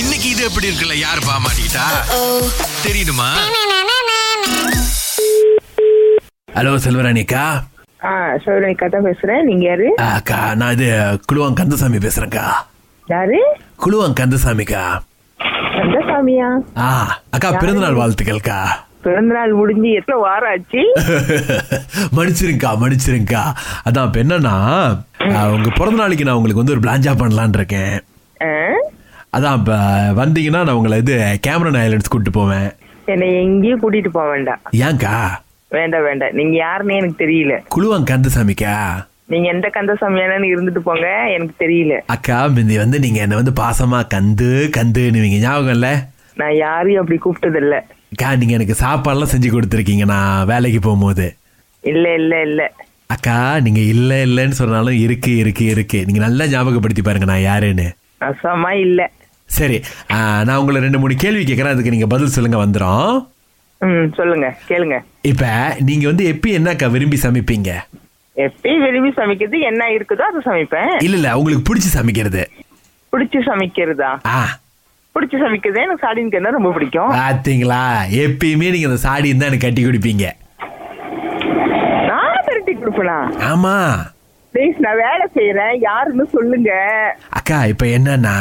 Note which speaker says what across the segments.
Speaker 1: இன்னைக்கு இது எப்படி இருக்குல்ல யார் பாமாட்டா தெரியுமா
Speaker 2: ஹலோ செல்வராணிக்கா
Speaker 3: ஆ சோழனிக்கா தான் பேசுறேன் நீங்க யாரு
Speaker 2: ஆ, அக்கா நான் இது குழுவாங் கந்தசாமி பேசுறேன்க்கா
Speaker 3: யாரு
Speaker 2: குழுவாங் கந்தசாமிக்கா
Speaker 3: கந்தசாமியா
Speaker 2: ஆ அக்கா பிறந்தநாள் வாழ்த்துக்கள்க்கா
Speaker 3: பிறந்தநாள் முடிஞ்சு எத்தனை வாரம் ஆச்சு
Speaker 2: மன்னிச்சிருங்கக்கா மன்னிச்சிருங்கக்கா அதான் இப்போ என்னன்னா ஆ, உங்க பிறந்த நாளைக்கு நான் உங்களுக்கு வந்து ஒரு பிளாஞ்சா பண்ணலான் இருக்கேன்
Speaker 3: ஆ?
Speaker 2: அதான் இப்போ வந்தீங்கன்னா நான் உங்களை இது கேமரா ஐலண்ட்ஸ் கூப்பிட்டு போவேன்
Speaker 3: என்னை எங்கேயும் கூட்டிட்டு போக வேண்டாம்
Speaker 2: ஏன்க்கா
Speaker 3: வேண்டாம் வேண்டாம் நீங்க யாருன்னு எனக்கு தெரியல
Speaker 2: குழுவாங் கந்தசாமிக்கா
Speaker 3: நீங்க எந்த கந்தசாமியானு இருந்துட்டு போங்க எனக்கு தெரியல
Speaker 2: அக்கா முந்தி வந்து நீங்க என்ன வந்து பாசமா கந்து கந்துன்னுவீங்க ஞாபகம் இல்லை
Speaker 3: நான் யாரையும் அப்படி கூப்பிட்டது இல்ல
Speaker 2: அக்கா நீங்க எனக்கு சாப்பாடுலாம் செஞ்சு கொடுத்துருக்கீங்க நான் வேலைக்கு போகும்போது
Speaker 3: இல்ல இல்ல இல்ல
Speaker 2: அக்கா நீங்க இல்ல இல்லன்னு சொன்னாலும் இருக்கு இருக்கு இருக்கு நீங்க நல்லா ஞாபகப்படுத்தி பாருங்க நான் யாருன்னு
Speaker 3: அசமா இல்ல
Speaker 2: சரி ஆ, நான் உங்களை ரெண்டு மூணு கேள்வி கேட்கறேன் அதுக்கு நீங்க பதில் சொல்லுங்க வந்துடும்
Speaker 3: ம் சொல்லுங்க கேளுங்க
Speaker 2: இப்ப நீங்க வந்து எப்பி என்னக்கா விரும்பி சமைப்பீங்க
Speaker 3: எப்பயும் விரும்பி சமைக்கிறது என்ன இருக்குதோ அதை சமைப்பேன்
Speaker 2: இல்ல இல்ல உங்களுக்கு பிடிச்சி சமைக்கிறது
Speaker 3: பிடிச்சி சமைக்கிறதா
Speaker 2: ஆ
Speaker 3: பிடிச்சி சமைக்கிறது எனக்கு சாடின்னு கேட்டா ரொம்ப பிடிக்கும்
Speaker 2: பாத்தீங்களா எப்பயுமே நீங்க அந்த சாடியும் தான் எனக்கு கட்டி குடிப்பீங்க
Speaker 3: நான் திரட்டி கொடுப்பேனா
Speaker 2: ஆமா
Speaker 3: ப்ளீஸ் நான் வேலை செய்யறேன் யாருன்னு சொல்லுங்க
Speaker 2: அக்கா இப்போ என்னன்னா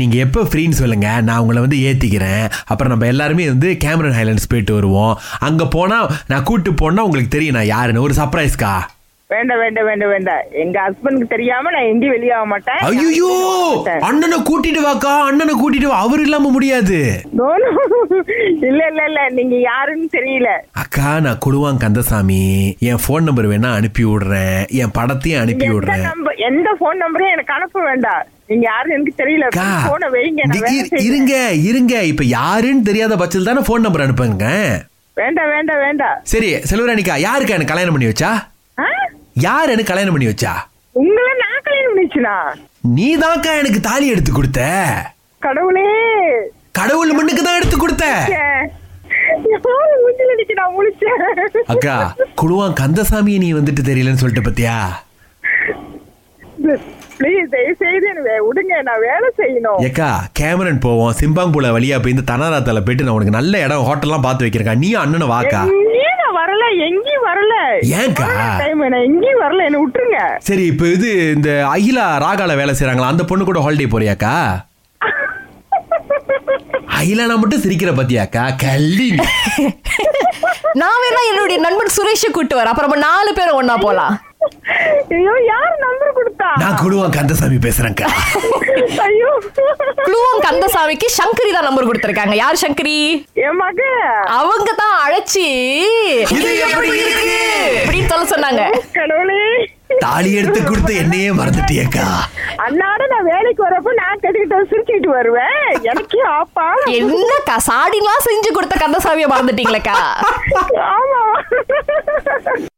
Speaker 2: நீங்க எப்போ ஃப்ரீன்னு சொல்லுங்க நான் உங்களை வந்து ஏத்திக்கிறேன் அப்புறம் நம்ம எல்லாருமே வந்து கேமரன் ஹைலண்ட்ஸ் போயிட்டு வருவோம் அங்க போனா நான் கூட்டு போனா உங்களுக்கு தெரியும் நான் யாருன்னு ஒரு சர்ப்ரைஸ்க்கா
Speaker 3: வேண்டாம் வேண்டாம் வேண்டாம் வேண்டாம் எங்க ஹஸ்பண்டுக்கு தெரியாம நான் எங்கேயும் வெளியே ஆக மாட்டேன்
Speaker 2: ஐயோ அண்ணனை கூட்டிட்டு வாக்கா அண்ணனை கூட்டிட்டு வா அவர் இல்லாம முடியாது
Speaker 3: No, no. இல்ல இல்ல இல்ல நீங்க யாருன்னு தெரியல
Speaker 2: அக்கா நான் கொடுவான் கந்தசாமி என் ஃபோன் நம்பர் வேணா அனுப்பி விடுறேன் என் படத்தையும் அனுப்பி
Speaker 3: எந்த
Speaker 2: விடுறேன்
Speaker 3: நம்பர் எந்த போன் நம்பரையும் எனக்கு அனுப்ப வேண்டாம் நீங்க யாருன்னு எனக்கு தெரியல
Speaker 2: அக்கா
Speaker 3: போன வைங்க
Speaker 2: இ-
Speaker 3: நான் வேலை
Speaker 2: இ-
Speaker 3: செய்யறேன்.
Speaker 2: இருங்க இருங்க இப்ப யாருன்னு தெரியாத பட்சத்தில் தானே ஃபோன் நம்பர் அனுப்புங்க
Speaker 3: வேண்டாம் வேண்டாம் வேண்டாம்
Speaker 2: சரி செல்வராணிக்கா யாருக்கா எனக்கு கல்யாணம் பண்ணி வச்சா
Speaker 3: ஆ?
Speaker 2: யார் எனக்கு கல்யாணம் பண்ணி வச்சா
Speaker 3: உங்களை நான் கல்யாணம் பண்ணிச்சுனா
Speaker 2: நீதான்க்கா எனக்கு தாலி எடுத்து கொடுத்த
Speaker 3: கடவுளே
Speaker 2: கடவுள் மண்ணுக்கு தான் எடுத்து கொடுத்த
Speaker 3: ச்சே. எவ்வளவு மூஞ்சில அடிச்சு நான் முழிச்சேன்
Speaker 2: அக்கா குழுவான் கந்தசாமியை நீ வந்துட்டு தெரியலன்னு சொல்லிட்டு பத்தியா
Speaker 3: ப்ளீஸ் தயவு செய்து என்னை விடுங்க நான் வேலை செய்யணும்
Speaker 2: ஏக்கா கேமரன் போவோம் சிம்பாங்குல வழியா போய் இந்த தனாராத்தால போயிட்டு நான் உனக்கு நல்ல இடம் ஹோட்டல்லாம் பார்த்து வைக்கிறேன்க்கா நீ அண்ணனை வாக்கா
Speaker 3: எங்கேயும் நான் வரல எங்கேயும் வரல
Speaker 2: ஏன்க்கா?
Speaker 3: டைம் நான் எங்கேயும் வரல என்ன விட்டுருங்க
Speaker 2: சரி இப்போ இது இந்த அகிலா ராகால வேலை செய்றாங்களா அந்த பொண்ணு கூட ஹாலிடே போறியாக்கா அகிலானா மட்டும் சிரிக்கிற பத்தியாக்கா கள்ளி நீ.
Speaker 4: நான் வேணா என்னுடைய நண்பன் சுரேஷ கூட்டு வர அப்புறம் நம்ம நாலு பேரும் ஒண்ணா போலாம்
Speaker 3: ஐயோ யார் நம்பர் கொடுத்தா
Speaker 2: நான் குழுவான் கந்தசாமி பேசுறேன்க்கா
Speaker 3: ஐயோ
Speaker 4: குழுவம் கந்தசாமிக்கு சங்கரி தான் நம்பர் கொடுத்திருக்காங்க யார் சங்கரி
Speaker 3: என் மக
Speaker 4: அவங்க தான் அழைச்சி
Speaker 2: இது எப்படி இருக்கு?
Speaker 4: அப்படின்னு சொல்ல சொன்னாங்க
Speaker 3: கடவுளே
Speaker 2: தாலி எடுத்து கொடுத்து என்னையே மறந்துட்டியேக்கா
Speaker 3: அன்னாட நான் வேலைக்கு வரப்ப நான் கட்டிக்கிட்டு சிரிச்சுக்கிட்டு வருவேன் எனக்கே ஆப்பா
Speaker 4: என்னக்கா சாடிலாம் செஞ்சு கொடுத்த கந்தசாமியை மறந்துட்டீங்களக்கா
Speaker 3: ஆமா